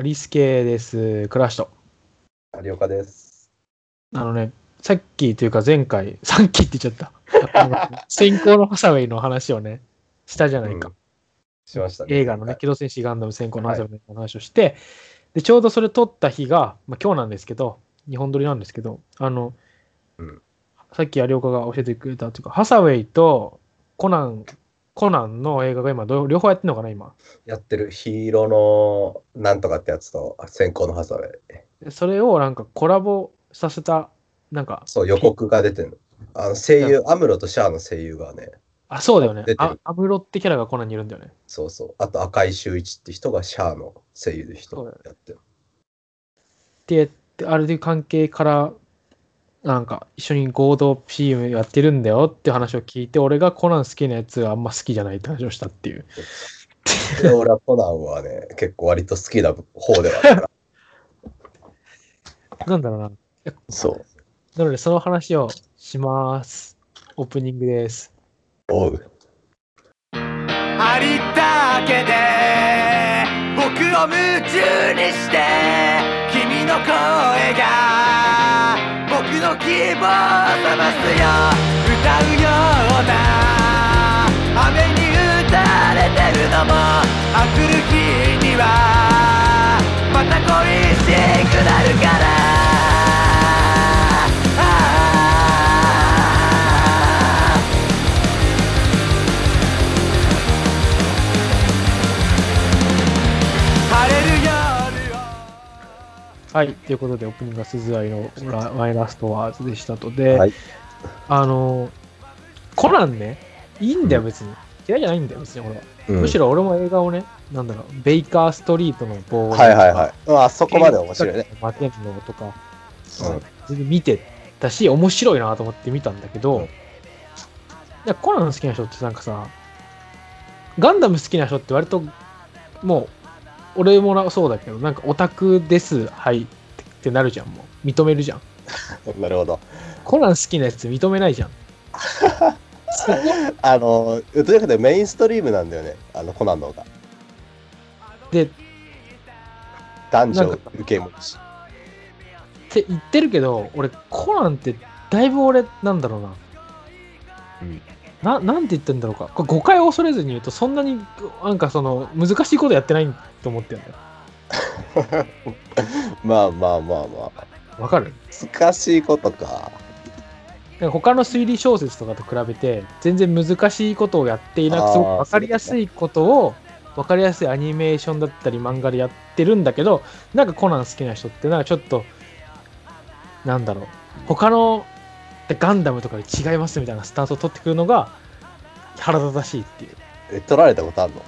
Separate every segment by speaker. Speaker 1: リスケです。倉橋と。
Speaker 2: 有岡です。
Speaker 1: あのね、さっきというか前回、 さっきって言っちゃった。 あの先行のハサウェイの話をね、したじゃないか。
Speaker 2: うんしましたね。
Speaker 1: 映画のね、
Speaker 2: は
Speaker 1: 機動戦士ガンダム先行のハサウェイの話をして、で、ちょうどそれ撮った日が、まあ、今日なんですけど、日本撮りなんですけど、あの、
Speaker 2: うん
Speaker 1: さっき有岡が教えてくれたというか、ハサウェイとコナン、コナンの映画が今、どう両方やってんのかな、今。
Speaker 2: いやってるヒーローのなんとかってやつと先行のハサウェイ。
Speaker 1: でそれをなんかコラボさせた、なんか、
Speaker 2: そう、予告が出てるの。あの声優、アムロとシャアの声優がね、
Speaker 1: あ、そうだよね
Speaker 2: 出。てる
Speaker 1: あアムロってキャラがコナンにいるんだよね。
Speaker 2: そうそう。あと赤井秀一って人がシャアの声優で人
Speaker 1: そう
Speaker 2: や
Speaker 1: だ
Speaker 2: ってる。
Speaker 1: で、であれで関係から、なんか一緒に合同 CM やってるんだよって話を聞いて、俺がコナン好きなやつはあんま好きじゃないって話をしたっていう。
Speaker 2: で、俺はコナンはね、結構割と好きな方ではある から。
Speaker 1: なんだろうな。
Speaker 2: そう。
Speaker 1: なので、その話をします。オープニングです。
Speaker 2: おう。
Speaker 3: ありったけで僕を夢中にして君の声が僕の希望を覚ますよ歌うような雨に打たれてるのもあくる日にはまた恋しくなるからああ晴れる夜を
Speaker 1: はい。ということで、オープニングは鈴愛のラマイラストワーズでしたとで、
Speaker 2: はい
Speaker 1: あの、コナンね、いいんだよ、別に。嫌いじゃないんだよ、別に俺は。
Speaker 2: うん
Speaker 1: むしろ俺も映画をね、なんだろう、ベイカーストリートの棒
Speaker 2: はいはいはい。あそこまで面白いね。。
Speaker 1: 負けんのとか、
Speaker 2: うん
Speaker 1: 全然見てたし、面白いなと思って見たんだけど、
Speaker 2: うん
Speaker 1: いやコナン好きな人ってなんかさ、ガンダム好きな人って割と、もう、俺もなそうだけど、なんかオタクです、はいってなるじゃん、もう。認めるじゃん。
Speaker 2: なるほど。
Speaker 1: コナン好きなやつ認めないじゃん。そこ
Speaker 2: あの、とにかくメインストリームなんだよね。あの、コナンの方が。
Speaker 1: で
Speaker 2: 男
Speaker 1: 女
Speaker 2: 女受け持ち。
Speaker 1: って言ってるけど俺コナンってだいぶ俺なんだろうな、
Speaker 2: うん
Speaker 1: ななんて言ってんだろうかこれ誤解を恐れずに言うとそんなになんかその難しいことやってないと思ってるんだよ
Speaker 2: まあまあまあまあ。
Speaker 1: わかる
Speaker 2: 難しいことか。
Speaker 1: なんか他の推理小説とかと比べて全然難しいことをやっていなくすごく
Speaker 2: あー
Speaker 1: 分かりやすいことを分かりやすいアニメーションだったり漫画でやってるんだけどなんかコナン好きな人ってなんかちょっとなんだろう他のガンダムとかで違いますみたいなスタンスを取ってくるのが腹立たしいっていう
Speaker 2: え、取られたことあるの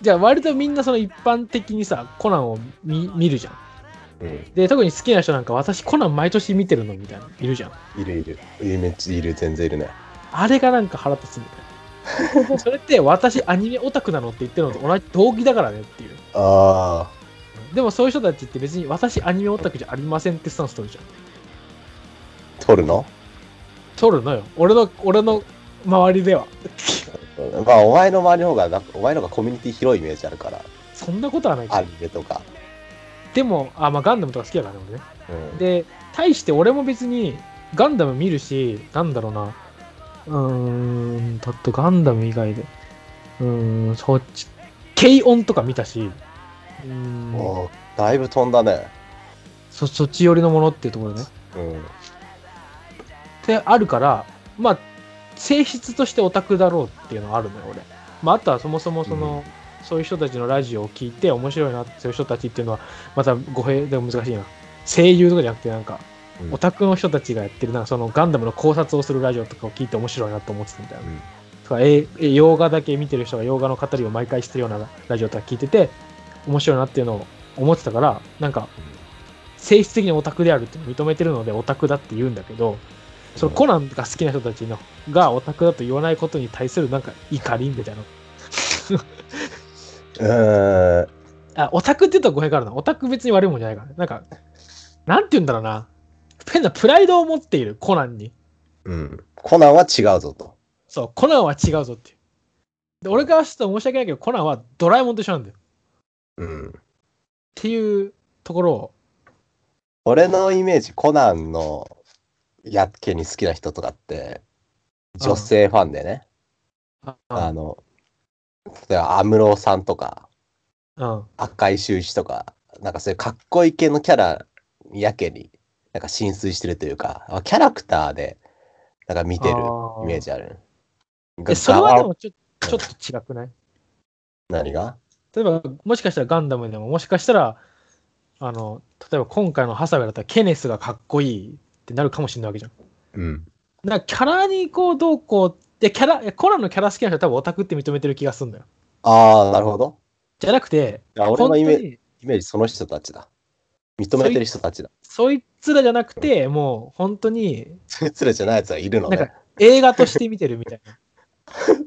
Speaker 1: じゃあ割とみんなその一般的にさコナンを見見るじゃん
Speaker 2: うん。
Speaker 1: で特に好きな人なんか私コナン毎年見てるのみたいないるじゃん
Speaker 2: いるいる。いるめっちゃいる、全然いるね。
Speaker 1: あれがなんか腹立つみた いな。それって私アニメオタクなのって言ってるのと同じ動機だからねっていう。
Speaker 2: あ
Speaker 1: でもそういう人たちって別に私アニメオタクじゃありませんってスタンス取るじゃん。
Speaker 2: あ、取るの
Speaker 1: 取るのよ。俺の、俺の周りでは。
Speaker 2: まあ、お前の周りの方が、なんかお前の方がコミュニティ広いイメージあるから、
Speaker 1: そんなことはないけど
Speaker 2: アニメとか。
Speaker 1: でも、あ、まあガンダムとか好きだからね、俺ね。
Speaker 2: うん、
Speaker 1: で、対して俺も別にガンダム見るし、なんだろうな。うーん、だってガンダム以外で。うーん、そっち。軽音とか見たし。うーん
Speaker 2: おーだいぶ飛んだね。
Speaker 1: そ、そっち寄りのものっていうところね。
Speaker 2: うん。
Speaker 1: ってあるから、まあ、性質としてオタクだろうっていうのはあるのよ、俺。まあ、あとはそもそもその、そういう人たちのラジオを聞いて面白いなって、そういう人たちっていうのは、また語弊でも難しいな。声優とかじゃなくて、なんか、
Speaker 2: うん
Speaker 1: オタクの人たちがやってる、なんかそのガンダムの考察をするラジオとかを聞いて面白いなと思ってたみたいな。
Speaker 2: うん
Speaker 1: とか、ええ洋画だけ見てる人が洋画の語りを毎回してるようなラジオとか聞いてて、面白いなっていうのを思ってたから、なんか、性質的にオタクであるっていうのを認めてるのでオタクだって言うんだけど、そのコナンが好きな人たちのがオタクだと言わないことに対するなんか怒りみたいな。
Speaker 2: うーん。
Speaker 1: あ、オタクって言ったら語弊があるな。オタク別に悪いもんじゃないからね。なんか、なんて言うんだろうな。変なプライドを持っている、コナンに。
Speaker 2: うん。コナンは違うぞと。
Speaker 1: そう、コナンは違うぞっていう。で俺からしたら申し訳ないけど、コナンはドラえもんと一緒なんだよ。
Speaker 2: うん。
Speaker 1: ていうところを
Speaker 2: 俺のイメージ、コナンのやけに好きな人とかって、女性ファンでね、
Speaker 1: あ
Speaker 2: あの、例えば安室さんとか、
Speaker 1: うん
Speaker 2: 赤井秀一とか、なんかそういうかっこいい系のキャラにやけに、なんか浸水してるというか、キャラクターで、なんか見てるイメー
Speaker 1: ジ
Speaker 2: ジある。
Speaker 1: えそれはで
Speaker 2: ガワ
Speaker 1: もちょちょっと違くない
Speaker 2: 何が
Speaker 1: 例えばもしかしたらガンダムでももしかしたらあの例えば今回のハサウェイだったらケネスがかっこいいってなるかもしれないわけじゃん
Speaker 2: うん。
Speaker 1: だからキャラにこうどうこうってキャラいやコナンのキャラ好きな人は多分オタクって認めてる気がするんだよ
Speaker 2: ああ、なるほど。
Speaker 1: じゃなくて
Speaker 2: いや俺のイメ
Speaker 1: 本
Speaker 2: ー
Speaker 1: 当
Speaker 2: ジ
Speaker 1: に
Speaker 2: イメージその人たちだ。認めてる人たちだ。
Speaker 1: そいつらじゃなくてもう本当に
Speaker 2: そいつらじゃないやつはいるの
Speaker 1: なん
Speaker 2: ね
Speaker 1: か。映画として見てるみたいな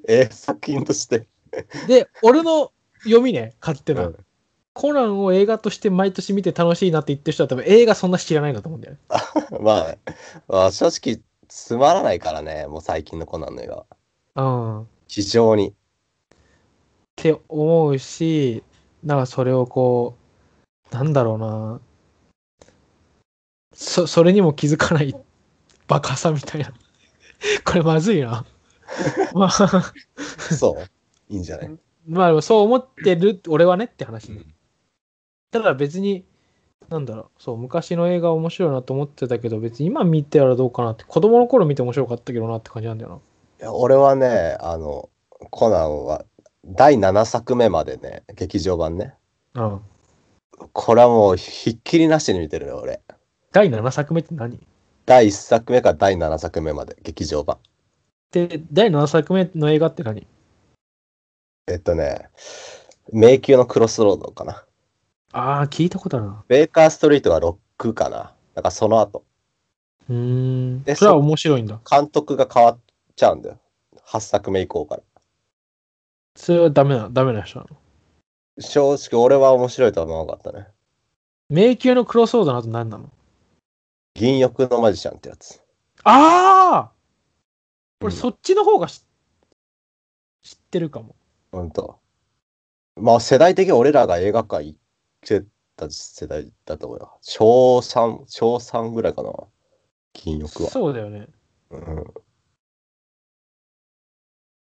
Speaker 2: えー作品として。
Speaker 1: で俺の読みね勝手
Speaker 2: う
Speaker 1: な、
Speaker 2: ん
Speaker 1: コナンを映画として毎年見て楽しいなって言ってる人は多分映画そんな知らないんだと思うんだよね
Speaker 2: まあ、まあ正直、つまらないからね、もう最近のコナンの映画は。
Speaker 1: うんっ
Speaker 2: 非常に。
Speaker 1: て思うしだからそれをこうなんだろうなそそれにも気づかないバカさみたいな これまずい なまあ
Speaker 2: そう。いいんじゃない、
Speaker 1: まあでもそう思ってる俺はねって話、
Speaker 2: うん
Speaker 1: ただ別に、なんだろう、そう、昔の映画面白いなと思ってたけど、別に今見てたらどうかなって、子供の頃見て面白かったけどなって感じなんだよ
Speaker 2: いや俺はね、あの、コナンは第7作目までね、劇場版ね。
Speaker 1: な。うん。
Speaker 2: これはもうひっきりなしに見てるよ、俺。
Speaker 1: 第7作目って何
Speaker 2: 第1作目から第7作目まで、劇場版。
Speaker 1: で、第7作目の映画って何
Speaker 2: えっとね、迷宮のクロスロードかな。
Speaker 1: ああ、聞いたことあるな。
Speaker 2: ベーカーストリートが6かな。だからその後、
Speaker 1: うーん。
Speaker 2: で
Speaker 1: それは面白いんだ。
Speaker 2: 監督が変わっちゃうんだよ。8作目以降から。
Speaker 1: それはダメな、ダメな人なの。
Speaker 2: 正直俺は面白いとは思わなかったね。
Speaker 1: 迷宮のクロスロードの後何なの
Speaker 2: 銀翼のマジシャンってやつ。
Speaker 1: ああ
Speaker 2: うん
Speaker 1: 俺そっちの方がし知ってるかも。
Speaker 2: ほんと。まあ世代的に俺らが映画界行ってた世代だと思うよ。小3、小3ぐらいかな。銀翼は。
Speaker 1: そうだよね。
Speaker 2: うん
Speaker 1: うん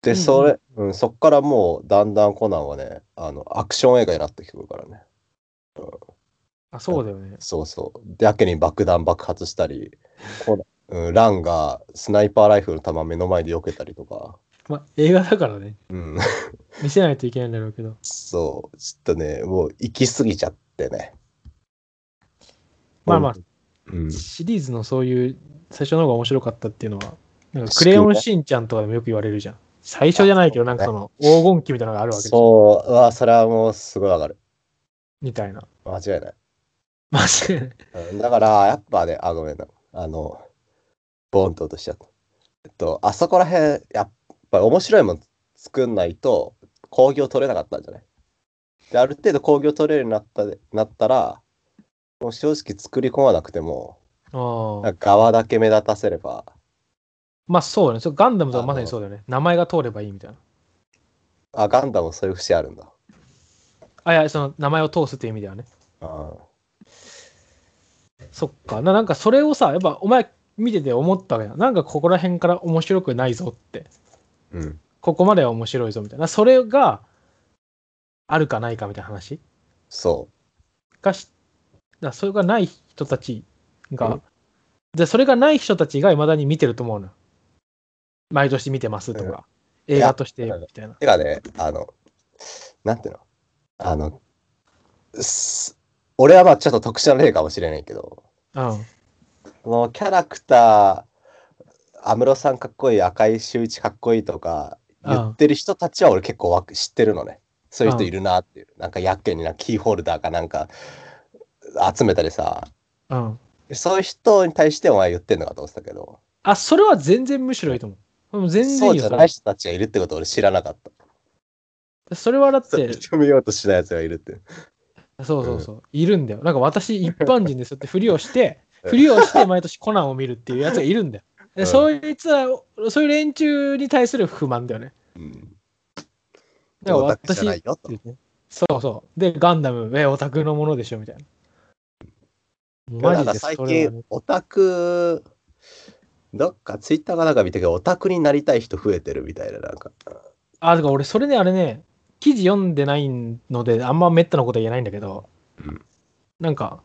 Speaker 2: で、それ、うん、そっからもう、だんだんコナンはね、あの、アクション映画になってくるからね。
Speaker 1: あ、そうだよね。
Speaker 2: そうそう。で、やけに爆弾爆発したり、 コナン、うん、ランがスナイパーライフルの弾目の前で避けたりとか。
Speaker 1: まあ、映画だからね。
Speaker 2: うん、
Speaker 1: 見せないといけないんだろうけど。
Speaker 2: そう。ちょっとね、もう、行き過ぎちゃってね。
Speaker 1: まあまあ、
Speaker 2: うん。
Speaker 1: シリーズのそういう最初の方が面白かったっていうのは、なんかクレヨンしんちゃんとかでもよく言われるじゃん。最初じゃないけど、
Speaker 2: あ
Speaker 1: な
Speaker 2: そ
Speaker 1: んか
Speaker 2: うだね
Speaker 1: その黄金期みたいなのがあるわけでしょ
Speaker 2: そう、うわ、それはもう、すごいわかる。
Speaker 1: みたいな。
Speaker 2: 間違いない。
Speaker 1: マジで。
Speaker 2: うんだから、やっぱね、あ、ごめんな。あの、ボーンと落としちゃった。えっと、あそこら辺、やっぱり面白いもん作んないと、興行取れなかったんじゃないで、ある程度興行取れるようになったでなったら、もう正直作り込まなくても、
Speaker 1: あ
Speaker 2: な
Speaker 1: あ
Speaker 2: んか側だけ目立たせれば、
Speaker 1: まあそうだね。そうガンダムとかまさにそうだよね。名前が通ればいいみたいな。
Speaker 2: あ、ガンダムそういう節あるんだ。
Speaker 1: あ、いや、その名前を通すっていう意味ではね。
Speaker 2: あ
Speaker 1: そっか。ななんかそれをさ、やっぱお前見てて思ったわけだ。なんかここら辺から面白くないぞって。
Speaker 2: うん。
Speaker 1: ここまでは面白いぞみたいな。それがあるかないかみたいな話。
Speaker 2: そ
Speaker 1: がし、だそれがない人たち
Speaker 2: う
Speaker 1: が
Speaker 2: ん、
Speaker 1: でそれがない人たちがいまだに見てると思うのよ。毎年見てますとか、映画としてみたいな
Speaker 2: う。。てかね、あの、なんていうのあの、す俺はまあちょっと特殊な例かもしれないけど、
Speaker 1: うん。
Speaker 2: そのキャラクター、安室さんかっこいい、赤井秀一かっこいいとか言ってる人たちは俺結構わ知ってるのね。そういう人いるなっていう。なんかやっけになキーホルダーかなんか集めたりさ。
Speaker 1: うん。
Speaker 2: そういう人に対してお前言ってんのかと思ってたけど、
Speaker 1: あ、それは全然むしろいいと思う。もう全然
Speaker 2: そ
Speaker 1: いういよ
Speaker 2: じゃ
Speaker 1: そ
Speaker 2: な
Speaker 1: れ。
Speaker 2: い人たちがいるってこと俺知らなかった。
Speaker 1: それはだっ
Speaker 2: それ
Speaker 1: て、
Speaker 2: 認めようとしないやつがいるって。
Speaker 1: そうそうそう、いるんだよ。なんか私、一般人ですよってふりを して、
Speaker 2: うん
Speaker 1: ふりをして毎年コナンを見るっていうやつがいるんだよ。
Speaker 2: う
Speaker 1: で
Speaker 2: ん
Speaker 1: そういうやつらを、そういう連中に対する不満だよね。
Speaker 2: うん。
Speaker 1: だから
Speaker 2: オタクじゃ
Speaker 1: 私
Speaker 2: ないよと。
Speaker 1: ねそうそう。で、ガンダム、え、オタクのものでしょみたいな。
Speaker 2: な
Speaker 1: マ
Speaker 2: ん
Speaker 1: ジ
Speaker 2: か
Speaker 1: で
Speaker 2: 最
Speaker 1: それはね
Speaker 2: 近、オタク、どっかツイッターかなんか見たけど、オタクになりたい人増えてるみたいな、なんか。
Speaker 1: あ、だから俺、それね、あれね、記事読んでないので、あんまめったなことは言えないんだけど、
Speaker 2: うん
Speaker 1: なんか、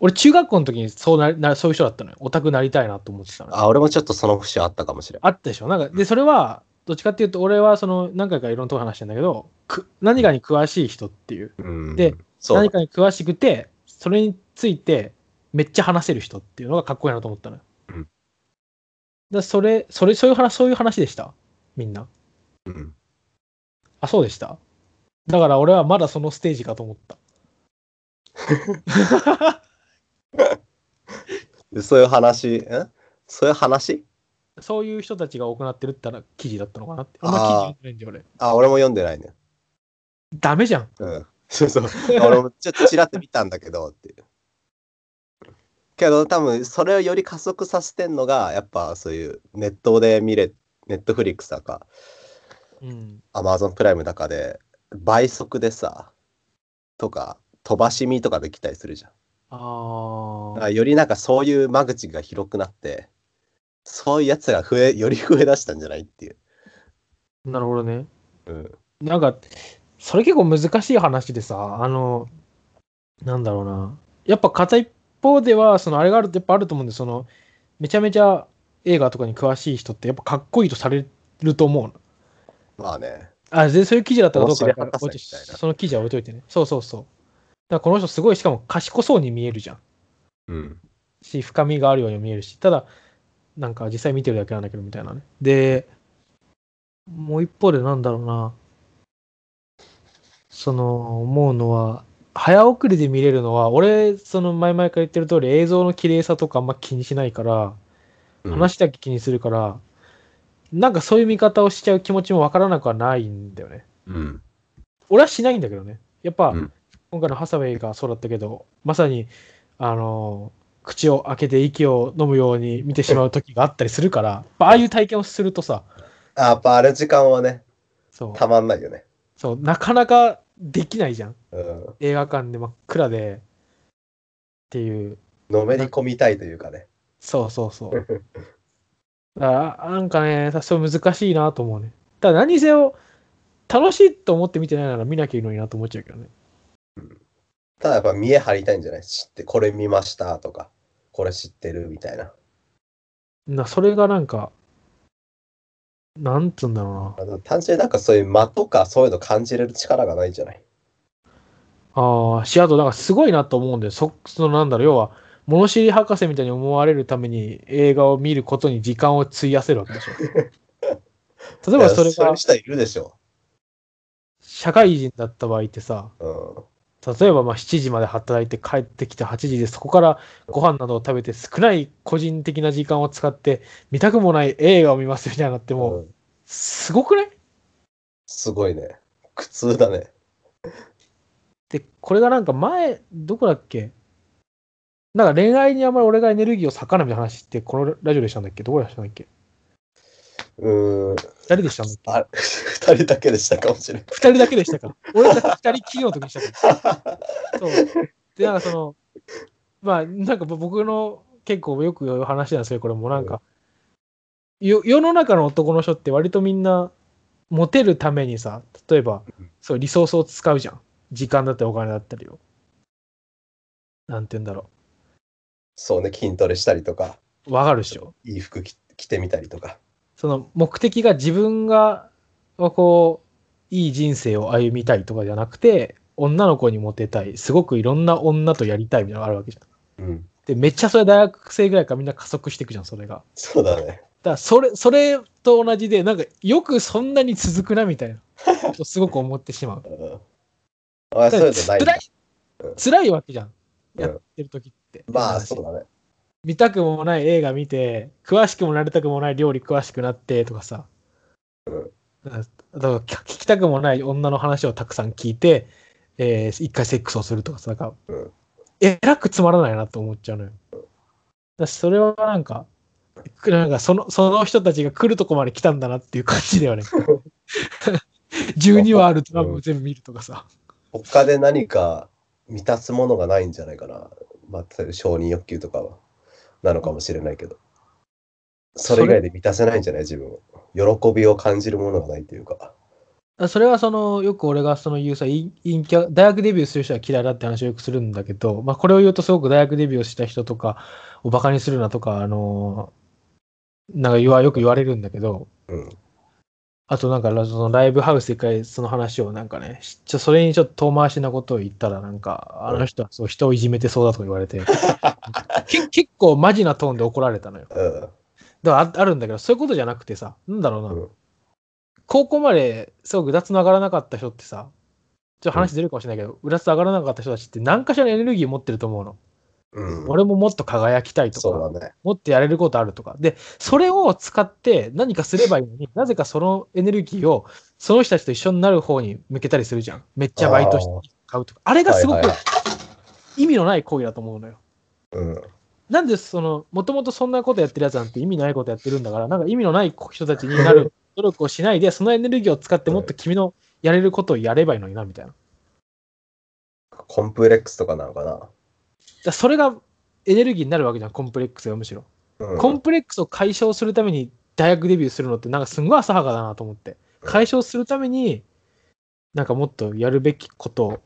Speaker 1: 俺、中学校の時にそうなな、そういう人だったのよ。オタクなりたいなと思ってたの。
Speaker 2: あ、俺もちょっとその節あったかもしれん。
Speaker 1: あったでしょなんか、で、それは、どっちかっていうと、俺は、その、何回かいろんなとこ話してんだけど、く何かに詳しい人っていう、
Speaker 2: うん、
Speaker 1: で、
Speaker 2: そう
Speaker 1: 何かに詳しくて、それについて、めっちゃ話せる人っていうのがかっこいいなと思ったのよ。
Speaker 2: うん
Speaker 1: だそれ、それ、そういう話、そういう話でしたみんな。
Speaker 2: うん
Speaker 1: あ、そうでしただから俺はまだそのステージかと思った。
Speaker 2: でそういう話、んそういう話
Speaker 1: そういう人たちが行ってるって言ったら記事だったのかなって。
Speaker 2: あー
Speaker 1: あんま記事読んでないんで俺。
Speaker 2: あ、俺も読んでないね。
Speaker 1: ダメじゃん。
Speaker 2: うん。 そうそう。俺もちょっとちらっと見たんだけどっていう。けど多分それをより加速させてんのがやっぱそういうネットで見れネットフリックスだか
Speaker 1: うん。
Speaker 2: アマゾンプライムだかで倍速でさとか飛ばし見とかできたりするじゃん。
Speaker 1: あ
Speaker 2: だ
Speaker 1: あ。
Speaker 2: からよりなんかそういう間口が広くなってそういうやつら増えより増え出したんじゃないっていう。
Speaker 1: なるほどね。
Speaker 2: うん。
Speaker 1: なんか、それ結構難しい話でさ、あの、なんだろうな。やっぱ片一方では、そのあれがあるってやっぱあると思うんで、その、めちゃめちゃ映画とかに詳しい人ってやっぱかっこいいとされると思うの。
Speaker 2: まあね。
Speaker 1: あ、でそういう記事だったかどうかは
Speaker 2: 面白い博士
Speaker 1: 置いて
Speaker 2: みたいな
Speaker 1: その記事は置いといてね。そうそうそう。だからこの人すごい、しかも賢そうに見えるじゃん。
Speaker 2: うん。
Speaker 1: し、深みがあるように見えるし、ただ、なんか実際見てるだけなんだけどみたいなね。で、もう一方でなんだろうな、その、思うのは、早送りで見れるのは、俺、その前々から言ってる通り、映像の綺麗さとかあんま気にしないから、
Speaker 2: うん
Speaker 1: 話だけ気にするから、なんかそういう見方をしちゃう気持ちもわからなくはないんだよね。
Speaker 2: うん。
Speaker 1: 俺はしないんだけどね。やっぱ、
Speaker 2: うん
Speaker 1: 今回のハサウェイがそうだったけど、まさに、あのー口を開けて息を飲むように見てしまう時があったりするから、やっぱああいう体験をするとさ、
Speaker 2: あやっぱあれ時間はね
Speaker 1: そう、
Speaker 2: たまんないよね。
Speaker 1: そうなかなかできないじゃん。
Speaker 2: うん。
Speaker 1: 映画館で真っ暗で、っていう、
Speaker 2: のめり込みたいというかね。
Speaker 1: そうそう そう。だから、なんかね、多少難しいなと思うね。ただ何せを、楽しいと思って見てないなら見なきゃいいのになと思っちゃうけどね。
Speaker 2: ただやっぱ見え張りたいんじゃない知って、これ見ましたとか、これ知ってるみたいな。
Speaker 1: な、それがなんか、なんつうんだろうな。
Speaker 2: あの単純になんかそういう間とかそういうの感じれる力がないんじゃない
Speaker 1: ああ、し、あと、だからすごいなと思うんだよ。そ、そのなんだろう、要は、物知り博士みたいに思われるために映画を見ることに時間を費やせるわけ でしょ。例えばそれ
Speaker 2: いやそうい
Speaker 1: が
Speaker 2: う人いるでしょ。
Speaker 1: 社会人だった場合ってさ、
Speaker 2: う
Speaker 1: 例えばまあ7時まで働いて帰ってきて8時でそこからご飯などを食べて少ない個人的な時間を使って見たくもない映画を見ますみたいになって
Speaker 2: ん。
Speaker 1: も
Speaker 2: う
Speaker 1: うんすごくない
Speaker 2: すごいね。苦痛だね。
Speaker 1: で、これがなんか前、どこだっけなんか恋愛にあんまり俺がエネルギーを割かないみたいな話って、このラジオでしたんだっけどこでしたんだっけ
Speaker 2: うーん。
Speaker 1: 二人でしたんだっけ
Speaker 2: あれ、二人だけでしたかもしれない。
Speaker 1: 二人だけでしたか 俺たち二人企業の時でしたから。そう。で、なんかその、まあ、なんか僕の結構よく言う話なんですけど、これもなんか、よ世の中の男の人って割とみんな、モテるためにさ、例えば
Speaker 2: うん、
Speaker 1: そう、リソースを使うじゃん。時間だったりお金だったりを。なんて言うんだろう。
Speaker 2: そうね、筋トレしたりとか、
Speaker 1: わかるでしょ。
Speaker 2: いい服着着てみたりとか。
Speaker 1: その目的が自分がこういい人生を歩みたいとかじゃなくて女の子にモテたいすごくいろんな女とやりたいみたいなのがあるわけじゃん。
Speaker 2: うん。
Speaker 1: でめっちゃそれ大学生ぐらいからみんな加速していくじゃんそれが。だか
Speaker 2: そうだね。
Speaker 1: らそれそれと同じでなんかよくそんなに続くなみたいなとすごく思ってしまう。
Speaker 2: うん。
Speaker 1: だ
Speaker 2: あ、そう
Speaker 1: か
Speaker 2: いう
Speaker 1: ら辛
Speaker 2: のないんだ
Speaker 1: い。
Speaker 2: うん
Speaker 1: 辛いわけじゃん
Speaker 2: うん
Speaker 1: やってる時って。
Speaker 2: まあ、そうだね。
Speaker 1: 見たくもない映画見て、詳しくもなりたくもない料理詳しくなってとかさ。
Speaker 2: うん
Speaker 1: だから聞聞きたくもない女の話をたくさん聞いて、えー一回セックスをするとかさ、なんか、
Speaker 2: うん
Speaker 1: えらくつまらないなと思っちゃうのよ。だしそれはなんか、なんかそのその人たちが来るとこまで来たんだなっていう感じだよね。12話あるドラマを全部見るとかさ。
Speaker 2: 他で何か満たすものがないんじゃないかな。まあ、例えば承認欲求とかは、なのかもしれないけど。それ以外で満たせないんじゃない自分を。喜びを感じるものがないというか。
Speaker 1: あそれはそのよく俺がその言うさ陰陰キャ大学デビューする人は嫌いだって話をよくするんだけど、まあ、これを言うとすごく大学デビューをした人とかをバカにするなとかあのなんか言わよく言われるんだけど
Speaker 2: うん。
Speaker 1: あとなんかそのライブハウス一回その話をなんかねしちょそれにちょっと遠回しなことを言ったらなんかあの人はそう人をいじめてそうだとか言われてけ結構マジなトーンで怒られたのよ
Speaker 2: うん。
Speaker 1: だからああるんだけどそういうことじゃなくてさなんだろうな、
Speaker 2: うん
Speaker 1: 高校まですごくうだつの上がらなかった人ってさちょっと話ずれるかもしれないけど、うだつ上がらなかった人たちって何かしらのエネルギー持ってると思うの、
Speaker 2: うん、
Speaker 1: 俺ももっと輝きたいとか
Speaker 2: そうだね。
Speaker 1: もっとやれることあるとかでそれを使って何かすればいいのになぜかそのエネルギーをその人たちと一緒になる方に向けたりするじゃんめっちゃバイトして買うとかあれがすご
Speaker 2: は
Speaker 1: く
Speaker 2: いはい
Speaker 1: 意味のない行為だと思うのよ
Speaker 2: うん。
Speaker 1: なんでその、もともとそんなことやってるやつなんて意味ないことやってるんだから、なんか意味のない人たちにな る努力をしないで、そのエネルギーを使ってもっと君のやれることをやればいいのにな、みたいな。だか
Speaker 2: コンプレックスとかなのから
Speaker 1: それがエネルギーになるわけじゃん、コンプレックスがむしろ。
Speaker 2: な。うん、
Speaker 1: コンプレックスを解消するために大学デビューするのって、なんかすんごい浅はかだなと思って。解消するために、なんかもっとやるべきこと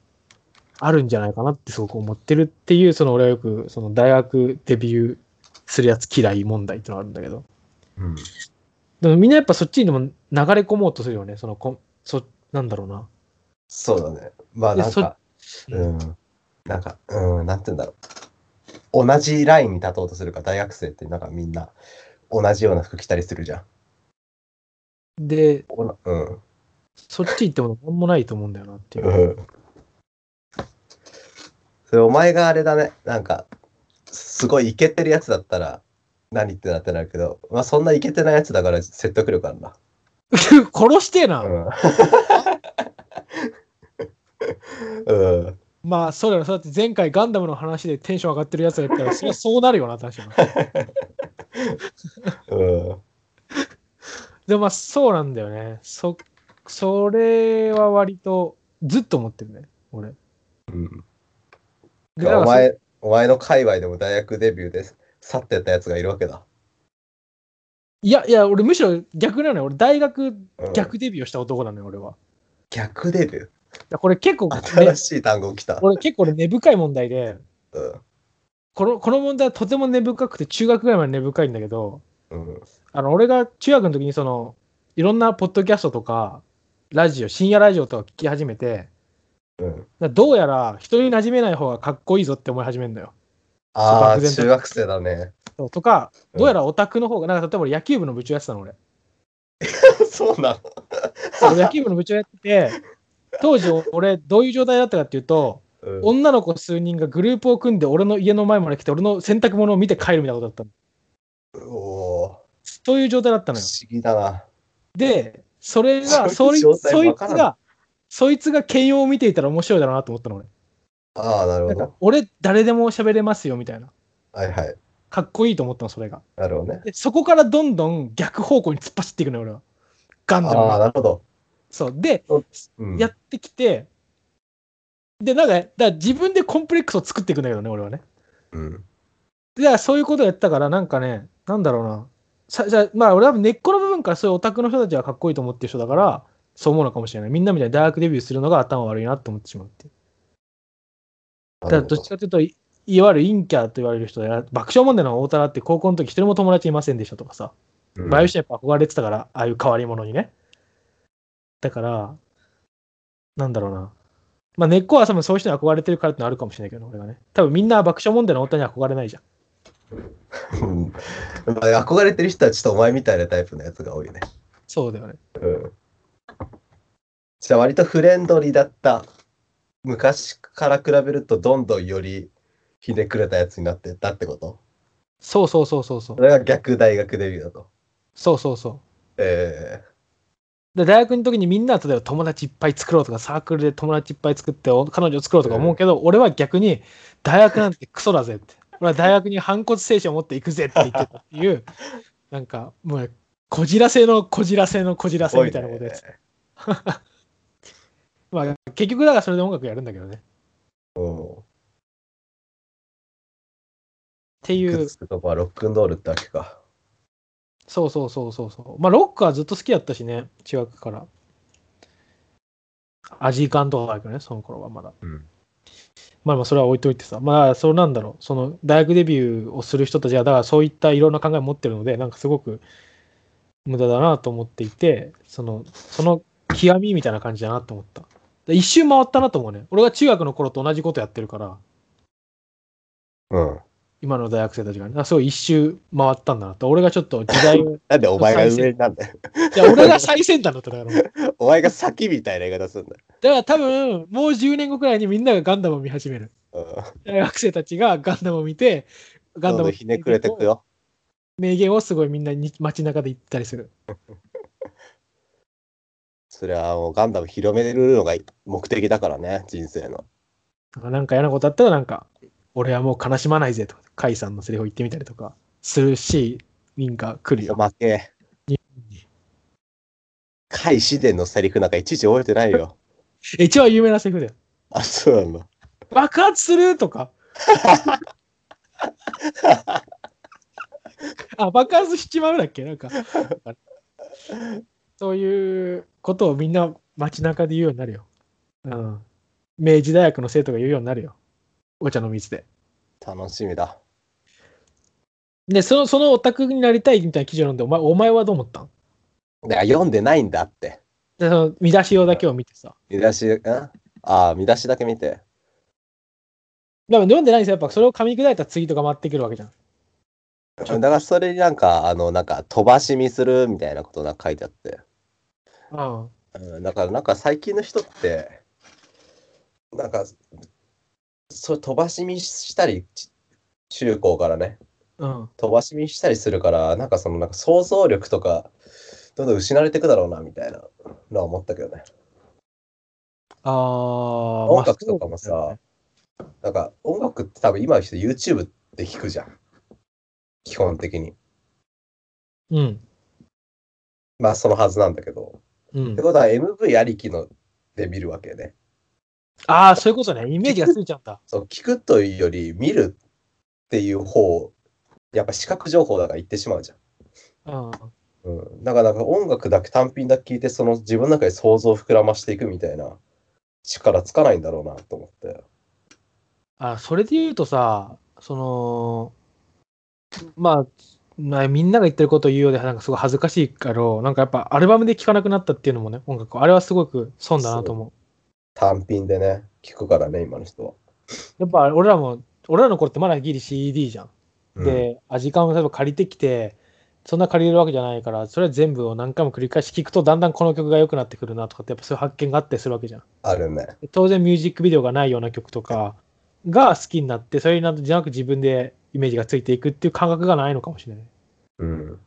Speaker 1: あるんじゃないかなってすごく思ってるっていう、その俺はよく、その大学デビューするやつ嫌い問題ってのがあるんだけど。
Speaker 2: うん。
Speaker 1: でもみんなやっぱそっちにでも流れ込もうとするよね。そのこんそなんだろうな。
Speaker 2: そうだね。まあ
Speaker 1: で
Speaker 2: なんか、
Speaker 1: そ
Speaker 2: うん。なんか、うん、なんて言うんだろう。同じラインに立とうとするから、大学生ってなんかみんな同じような服着たりするじゃん。
Speaker 1: で、
Speaker 2: おなうん。
Speaker 1: そっち行っても何もないと思うんだよなっていう。
Speaker 2: うん。それお前があれだね。なんか、すごいイケてるやつだったら、何ってなってなるけど、まあそんなイケてないやつだから説得力あるな。
Speaker 1: 殺してえな、
Speaker 2: うん。うん。
Speaker 1: まあそうだよな。そうだって前回ガンダムの話でテンション上がってるやつがいたら、そりゃそうなるよな、確かに。
Speaker 2: うん。
Speaker 1: でもまあそうなんだよね。そ、それは割とずっと思ってるね、俺。
Speaker 2: うん
Speaker 1: でだから
Speaker 2: お前、お前の界隈でも大学デビューで去ってったやつがいるわけだ。
Speaker 1: いやいや、俺むしろ逆なのよ。俺大学
Speaker 2: うん
Speaker 1: 逆デビューをした男なのよ、俺は。
Speaker 2: 逆デビュー
Speaker 1: だからこれ結構、ね
Speaker 2: 新、しい単語来た。
Speaker 1: 俺結構ね根深い問題で。
Speaker 2: うん
Speaker 1: このこの問題はとても根深くて中学ぐらいまで根深いんだけど
Speaker 2: うん
Speaker 1: あの俺が中学の時にそのいろんなポッドキャストとかラジオ深夜ラジオとか聞き始めて
Speaker 2: うん
Speaker 1: だどうやら人に馴染めない方がかっこいいぞって思い始めるのよ
Speaker 2: ああ、
Speaker 1: 漠然と
Speaker 2: 中学生だね。
Speaker 1: そうとか
Speaker 2: うん
Speaker 1: どうやらオタクの方がなんか例えば俺野球部の部長やってたの俺
Speaker 2: そうな
Speaker 1: そう俺野球部の部長やってて当時俺どういう状態だったかっていうと
Speaker 2: の、うん
Speaker 1: 女の子数人がグループを組んで俺の家の前まで来て俺の洗濯物を見て帰るみたいなことだったの
Speaker 2: おー
Speaker 1: そういう状態だった
Speaker 2: 不
Speaker 1: の
Speaker 2: 思
Speaker 1: よ
Speaker 2: 議だな。
Speaker 1: で、それ が、そ
Speaker 2: そい
Speaker 1: い
Speaker 2: つ状態
Speaker 1: そい
Speaker 2: わ
Speaker 1: つ
Speaker 2: から
Speaker 1: が、そいつが兼用を見ていたら面白いだろうなと思ったの俺。
Speaker 2: ああ、なる
Speaker 1: なん
Speaker 2: ほ
Speaker 1: か
Speaker 2: ど。
Speaker 1: 俺、誰でも喋れますよみたいな。
Speaker 2: はいはい。
Speaker 1: かっこいいと思ったの、それが。
Speaker 2: なるほどね。
Speaker 1: で、そこからどんどん逆方向に突っ走っていくのよ、俺は。ガンダム
Speaker 2: あ
Speaker 1: が。
Speaker 2: あ、なるほど。
Speaker 1: そう。で、
Speaker 2: うん
Speaker 1: やってきて、で、なんか、だから自分でコンプレックスを作っていくんだけどね、俺はね。
Speaker 2: うん
Speaker 1: で、だからそういうことをやってたから、なんかね、なんだろうな。さじゃあまあ、俺は根っこの部分からそういうオタクの人たちはかっこいいと思ってる人だから、そう思うのかもしれない。みんなみたいに大学デビューするのが頭悪いなと思ってしまうっていう。
Speaker 2: な
Speaker 1: だ
Speaker 2: る
Speaker 1: から
Speaker 2: ほ
Speaker 1: ど
Speaker 2: ど
Speaker 1: っちかというとい、いわゆる陰キャーと言われる人や、爆笑問題の太田だって高校の時一人も友達いませんでしたとかさ、
Speaker 2: うん
Speaker 1: バイオシアやっぱ憧れてたから、ああいう変わり者にね。だから、なんだろうな。まあ根っこは多分そういう人に憧れてるからってのあるかもしれないけどね、俺がね。多分みんな爆笑問題の太田に憧れないじゃん。
Speaker 2: うんまあ憧れてる人はちょっとお前みたいなタイプのやつが多いね。
Speaker 1: そうだよね。
Speaker 2: うんじゃあ割とフレンドリーだった昔から比べるとどんどんよりひねくれたやつになってったってこと
Speaker 1: そうそうそうそうそう
Speaker 2: そ。れが逆大学デビューだと。
Speaker 1: そうそうそう。
Speaker 2: え
Speaker 1: で大学の時にみんなは例えば友達いっぱい作ろうとかサークルで友達いっぱい作ってお彼女を作ろうとか思うけど、俺は逆に大学なんてクソだぜって俺は大学に反骨精神を持っていくぜって言ってたっていう なんかもうこじらせのこじらせのこじ
Speaker 2: ー、
Speaker 1: らせみたいなことですす、
Speaker 2: ごいね
Speaker 1: まあ、結局だからそれで音楽やるんだけどね。っ
Speaker 2: うん。
Speaker 1: てい
Speaker 2: くっ
Speaker 1: う、
Speaker 2: つくとこはロックンロールってわけか。
Speaker 1: そうそうそうそうそう。まあ、ロックはずっと好きだったしね、中学から。アジカンとかだけどね、その頃はまだ。
Speaker 2: うん。
Speaker 1: まあまあそれは置いといてさ、まあそうなんだろう、その大学デビューをする人たちは、だからそういったいろんな考えを持ってるので、なんかすごく無駄だなと思っていて、その、その極みみたいな感じだなと思った。で一周回ったなと思うね。俺が中学の頃と同じことやってるから、
Speaker 2: うん。
Speaker 1: 今の大学生たちがね、だからすごい一周回ったんだなと。俺がちょっと時代 を、い
Speaker 2: なんでお前が上なんだよ。
Speaker 1: や俺が最先端だっただから。だか
Speaker 2: お前が先みたいな言い方するんだ
Speaker 1: ら多分、もう10年後くらいにみんながガンダムを見始める。
Speaker 2: よ。
Speaker 1: 大学生たちがガンダムを見て、
Speaker 2: う
Speaker 1: ガン
Speaker 2: ん。
Speaker 1: ダ
Speaker 2: ど
Speaker 1: ムを
Speaker 2: んどんひねくれてくよ。
Speaker 1: 名言をすごいみんなに街中で言ったりする。
Speaker 2: それはもうガンダム広めるのが目的だからね、人生の。
Speaker 1: なんか嫌なことあったらなんか、俺はもう悲しまないぜとか、カイさんのセリフを言ってみたりとかするし、なんか来 るよ。
Speaker 2: 負け
Speaker 1: 日。
Speaker 2: 甲斐紫伝のセリフなんかいちいち覚えてないよ。
Speaker 1: 一番有名なセリフだよ。
Speaker 2: あ、そうなんだ。
Speaker 1: 爆発するとか。あ、爆発しちまうだっけなんか。そういうことをみんな街中で言うようになるよ。うん。明治大学の生徒が言うようになるよ。お茶の水で。
Speaker 2: 楽しみだ。
Speaker 1: で、その、そのオタクになりたいみたいな記事を読んで、お前、お前はどう思ったん
Speaker 2: だから読んでないんだって。
Speaker 1: で、その見出し用だけを見てさ。
Speaker 2: 見出し、んああ、見出しだけ見て。
Speaker 1: でも読んでないんですよ。やっぱそれを噛み砕いたツイートが回ってくるわけじゃん。
Speaker 2: だからそれになんか、あの、なんか飛ばし見するみたいなことなんか書いてあって。
Speaker 1: うん。
Speaker 2: うんだからなんか最近の人ってなんかそれ飛ばし見したりち中高からね
Speaker 1: うん。
Speaker 2: 飛ばし見したりするからなんかそのなんか想像力とかどんどん失われていくだろうなみたいなのは思ったけどね
Speaker 1: あー。
Speaker 2: 音楽とかもさ
Speaker 1: まあそうだよね
Speaker 2: なんか音楽って多分今の人 YouTube って聞くじゃん基本的に
Speaker 1: うん。
Speaker 2: まあそのはずなんだけど
Speaker 1: うん
Speaker 2: って、ことは MV ありきので見るわけね
Speaker 1: ああ、そういうことね。イメージがついちゃった。
Speaker 2: そう聞くというより見るっていう方をやっぱ視覚情報だから言ってしまうじゃん。
Speaker 1: うん。
Speaker 2: うん、だからなんか音楽だけ単品だけ聞いてその自分の中で想像を膨らましていくみたいな力つかないんだろうなと思って。
Speaker 1: あそれで言うとさ、その、まあ、まあみんなが言ってることを言うようで、なんかすごい恥ずかしいから、なんかやっぱアルバムで聴かなくなったっていうのもね、音楽をあれはすごく損だなと思う。
Speaker 2: 単品でね聞くからね今の人は。
Speaker 1: やっぱ俺らも、俺らの頃ってまだギリ CD じゃん。
Speaker 2: うん、
Speaker 1: で、アジカンを例えば借りてきて、そんな借りれるわけじゃないから、それは全部を何回も繰り返し聞くと、だんだんこの曲が良くなってくるなとかって、やっぱそういう発見があったりするわけじゃん。
Speaker 2: あるね。
Speaker 1: で当然ミュージックビデオがないような曲とかが好きになって、それになんとじゃなく自分でイメージがついていくっていう感覚がないのかもしれない。
Speaker 2: うん。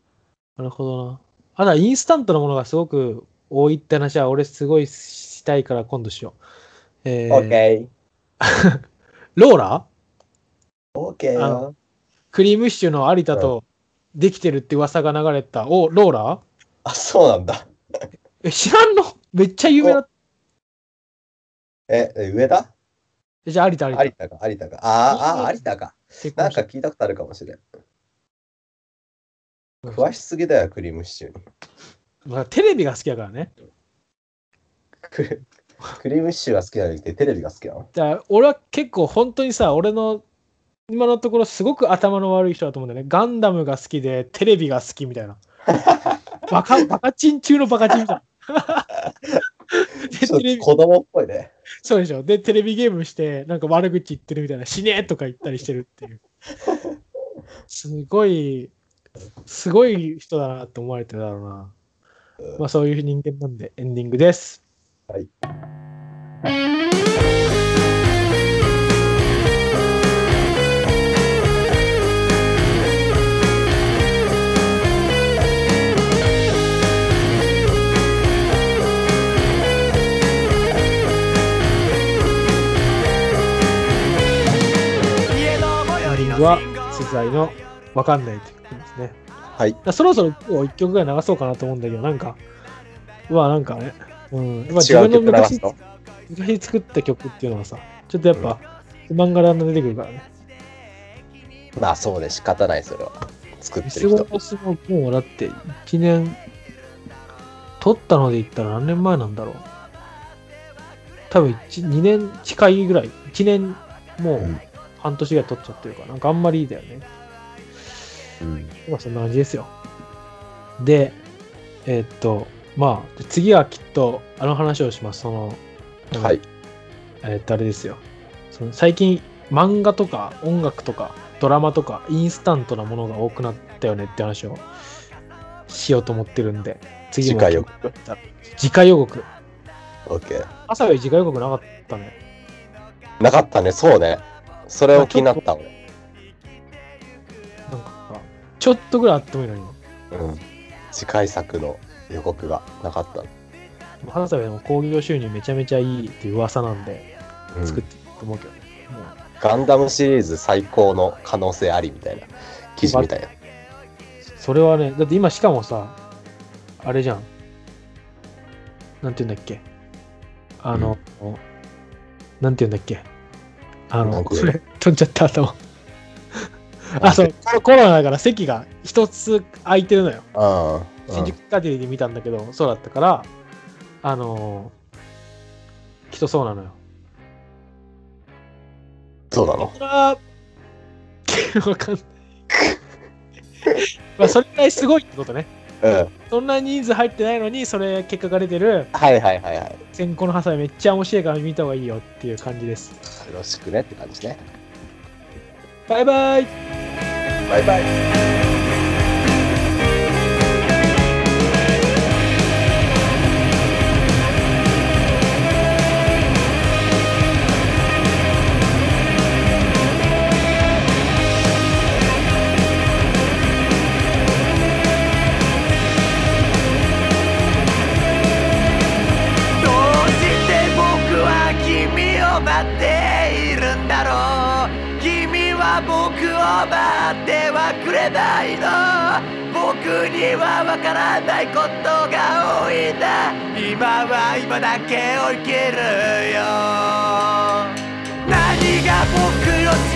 Speaker 1: なるほどな。あとはインスタントのものがすごく多いって話は俺すごいしたいから今度しよう。えー
Speaker 2: OK。
Speaker 1: ローラ
Speaker 2: OK
Speaker 1: あ
Speaker 2: よ
Speaker 1: の。クリームシチューの有田とできてるって噂が流れた。お、ローラ
Speaker 2: あそうなんだ。
Speaker 1: え、知らんのめっちゃ有名だった。
Speaker 2: ええ上田
Speaker 1: えじゃあ有田有田
Speaker 2: 有田か有田か。あーあー有田か。
Speaker 1: 結
Speaker 2: なん
Speaker 1: 婚
Speaker 2: か
Speaker 1: した。
Speaker 2: 聞いたことあるかもしれん。詳しすぎだよクリームシチューに。
Speaker 1: まあテレビが好きだからね。
Speaker 2: ククリームシチューが好きなのにテレビが好きなの
Speaker 1: だから俺は結構本当にさ俺の今のところすごく頭の悪い人だと思うんだよねガンダムが好きでテレビが好きみた いなバカバカチン中のバカチンみたい なで
Speaker 2: ちょ
Speaker 1: テ
Speaker 2: っ
Speaker 1: レビ
Speaker 2: と子供っぽいね。
Speaker 1: そうでしょでテレビゲームしてなんか悪口言ってるみたいな死ねとか言ったりしてるっていうすごいすごい人だなって思われてるだろうな
Speaker 2: うん
Speaker 1: まあそういう人間なんでエンディングです
Speaker 2: はい
Speaker 3: 家の最寄りの信号
Speaker 1: は取材のわかんないっていうことですね
Speaker 2: はい。
Speaker 1: だからそろそろ今日1曲ぐらい流そうかなと思うんだけど、なんか、まあなんかね、うん、まあ、
Speaker 2: 違う曲流すの
Speaker 1: 昔作った曲っていうのはさ、ちょっとやっぱ、漫画欄が出てくるからね。
Speaker 2: まあそうね、仕方ない、それは。作っ
Speaker 1: ミ
Speaker 2: て
Speaker 1: ス
Speaker 2: る
Speaker 1: ゴ
Speaker 2: 人。
Speaker 1: ボスももうだって1年、取ったので言ったら何年前なんだろう。多分一2年近いぐらい、1年も
Speaker 2: うん
Speaker 1: う半年ぐらい取っちゃってるから、なんかあんまりいいだよね。
Speaker 2: うん
Speaker 1: まあそんな感じですよ。で、えーっと、まあ次はきっとあの話をします。その、なんか
Speaker 2: はい。
Speaker 1: えーっと、あれですよ。その最近、漫画とか音楽とかドラマとかインスタントなものが多くなったよねって話をしようと思ってるんで、次も。
Speaker 2: 次回予告。
Speaker 1: 次回予告。
Speaker 2: OK。
Speaker 1: 朝より次回予告なかったね。
Speaker 2: なかったね、そうね。それを気になった、俺。
Speaker 1: なんか、ちょっとぐらいあってもいいのに。
Speaker 2: うん。次回作の予告がなかった。
Speaker 1: 花咲でも興行収入めちゃめちゃいいっていう噂なんで、
Speaker 2: うん
Speaker 1: 作っていくと思うけどね。もう
Speaker 2: ガンダムシリーズ最高の可能性ありみたいな記事みたいな。
Speaker 1: それはね、だって今しかもさ、あれじゃん。なんて言うんだっけ。あの、なんて言うんだっけ。あ
Speaker 2: な
Speaker 1: の、
Speaker 2: んて
Speaker 1: これ、飛んじゃった頭。あ、そう、コロコロナだから席が一つ空いてるのよ。
Speaker 2: うん。
Speaker 1: 新宿カデリで見たんだけど、そうだったから、あのー、きっとそうなのよ。
Speaker 2: そうなの
Speaker 1: それは、わかんない。 まあ、それぐらいすごいってことね。
Speaker 2: うん。
Speaker 1: そんな人数入ってないのに、それ結果が出てる、
Speaker 2: はいはいはいはい。
Speaker 1: 先行のハサミめっちゃ面白いから見た方がいいよっていう感じです。
Speaker 2: よろしくねって感じね。
Speaker 1: バイバイ
Speaker 2: バイバイ。
Speaker 3: どうして僕は君を待っているんだろう君は僕を待ってはくれないの僕にはわからないことが多いんだ今は今だけを生きるよ何が僕の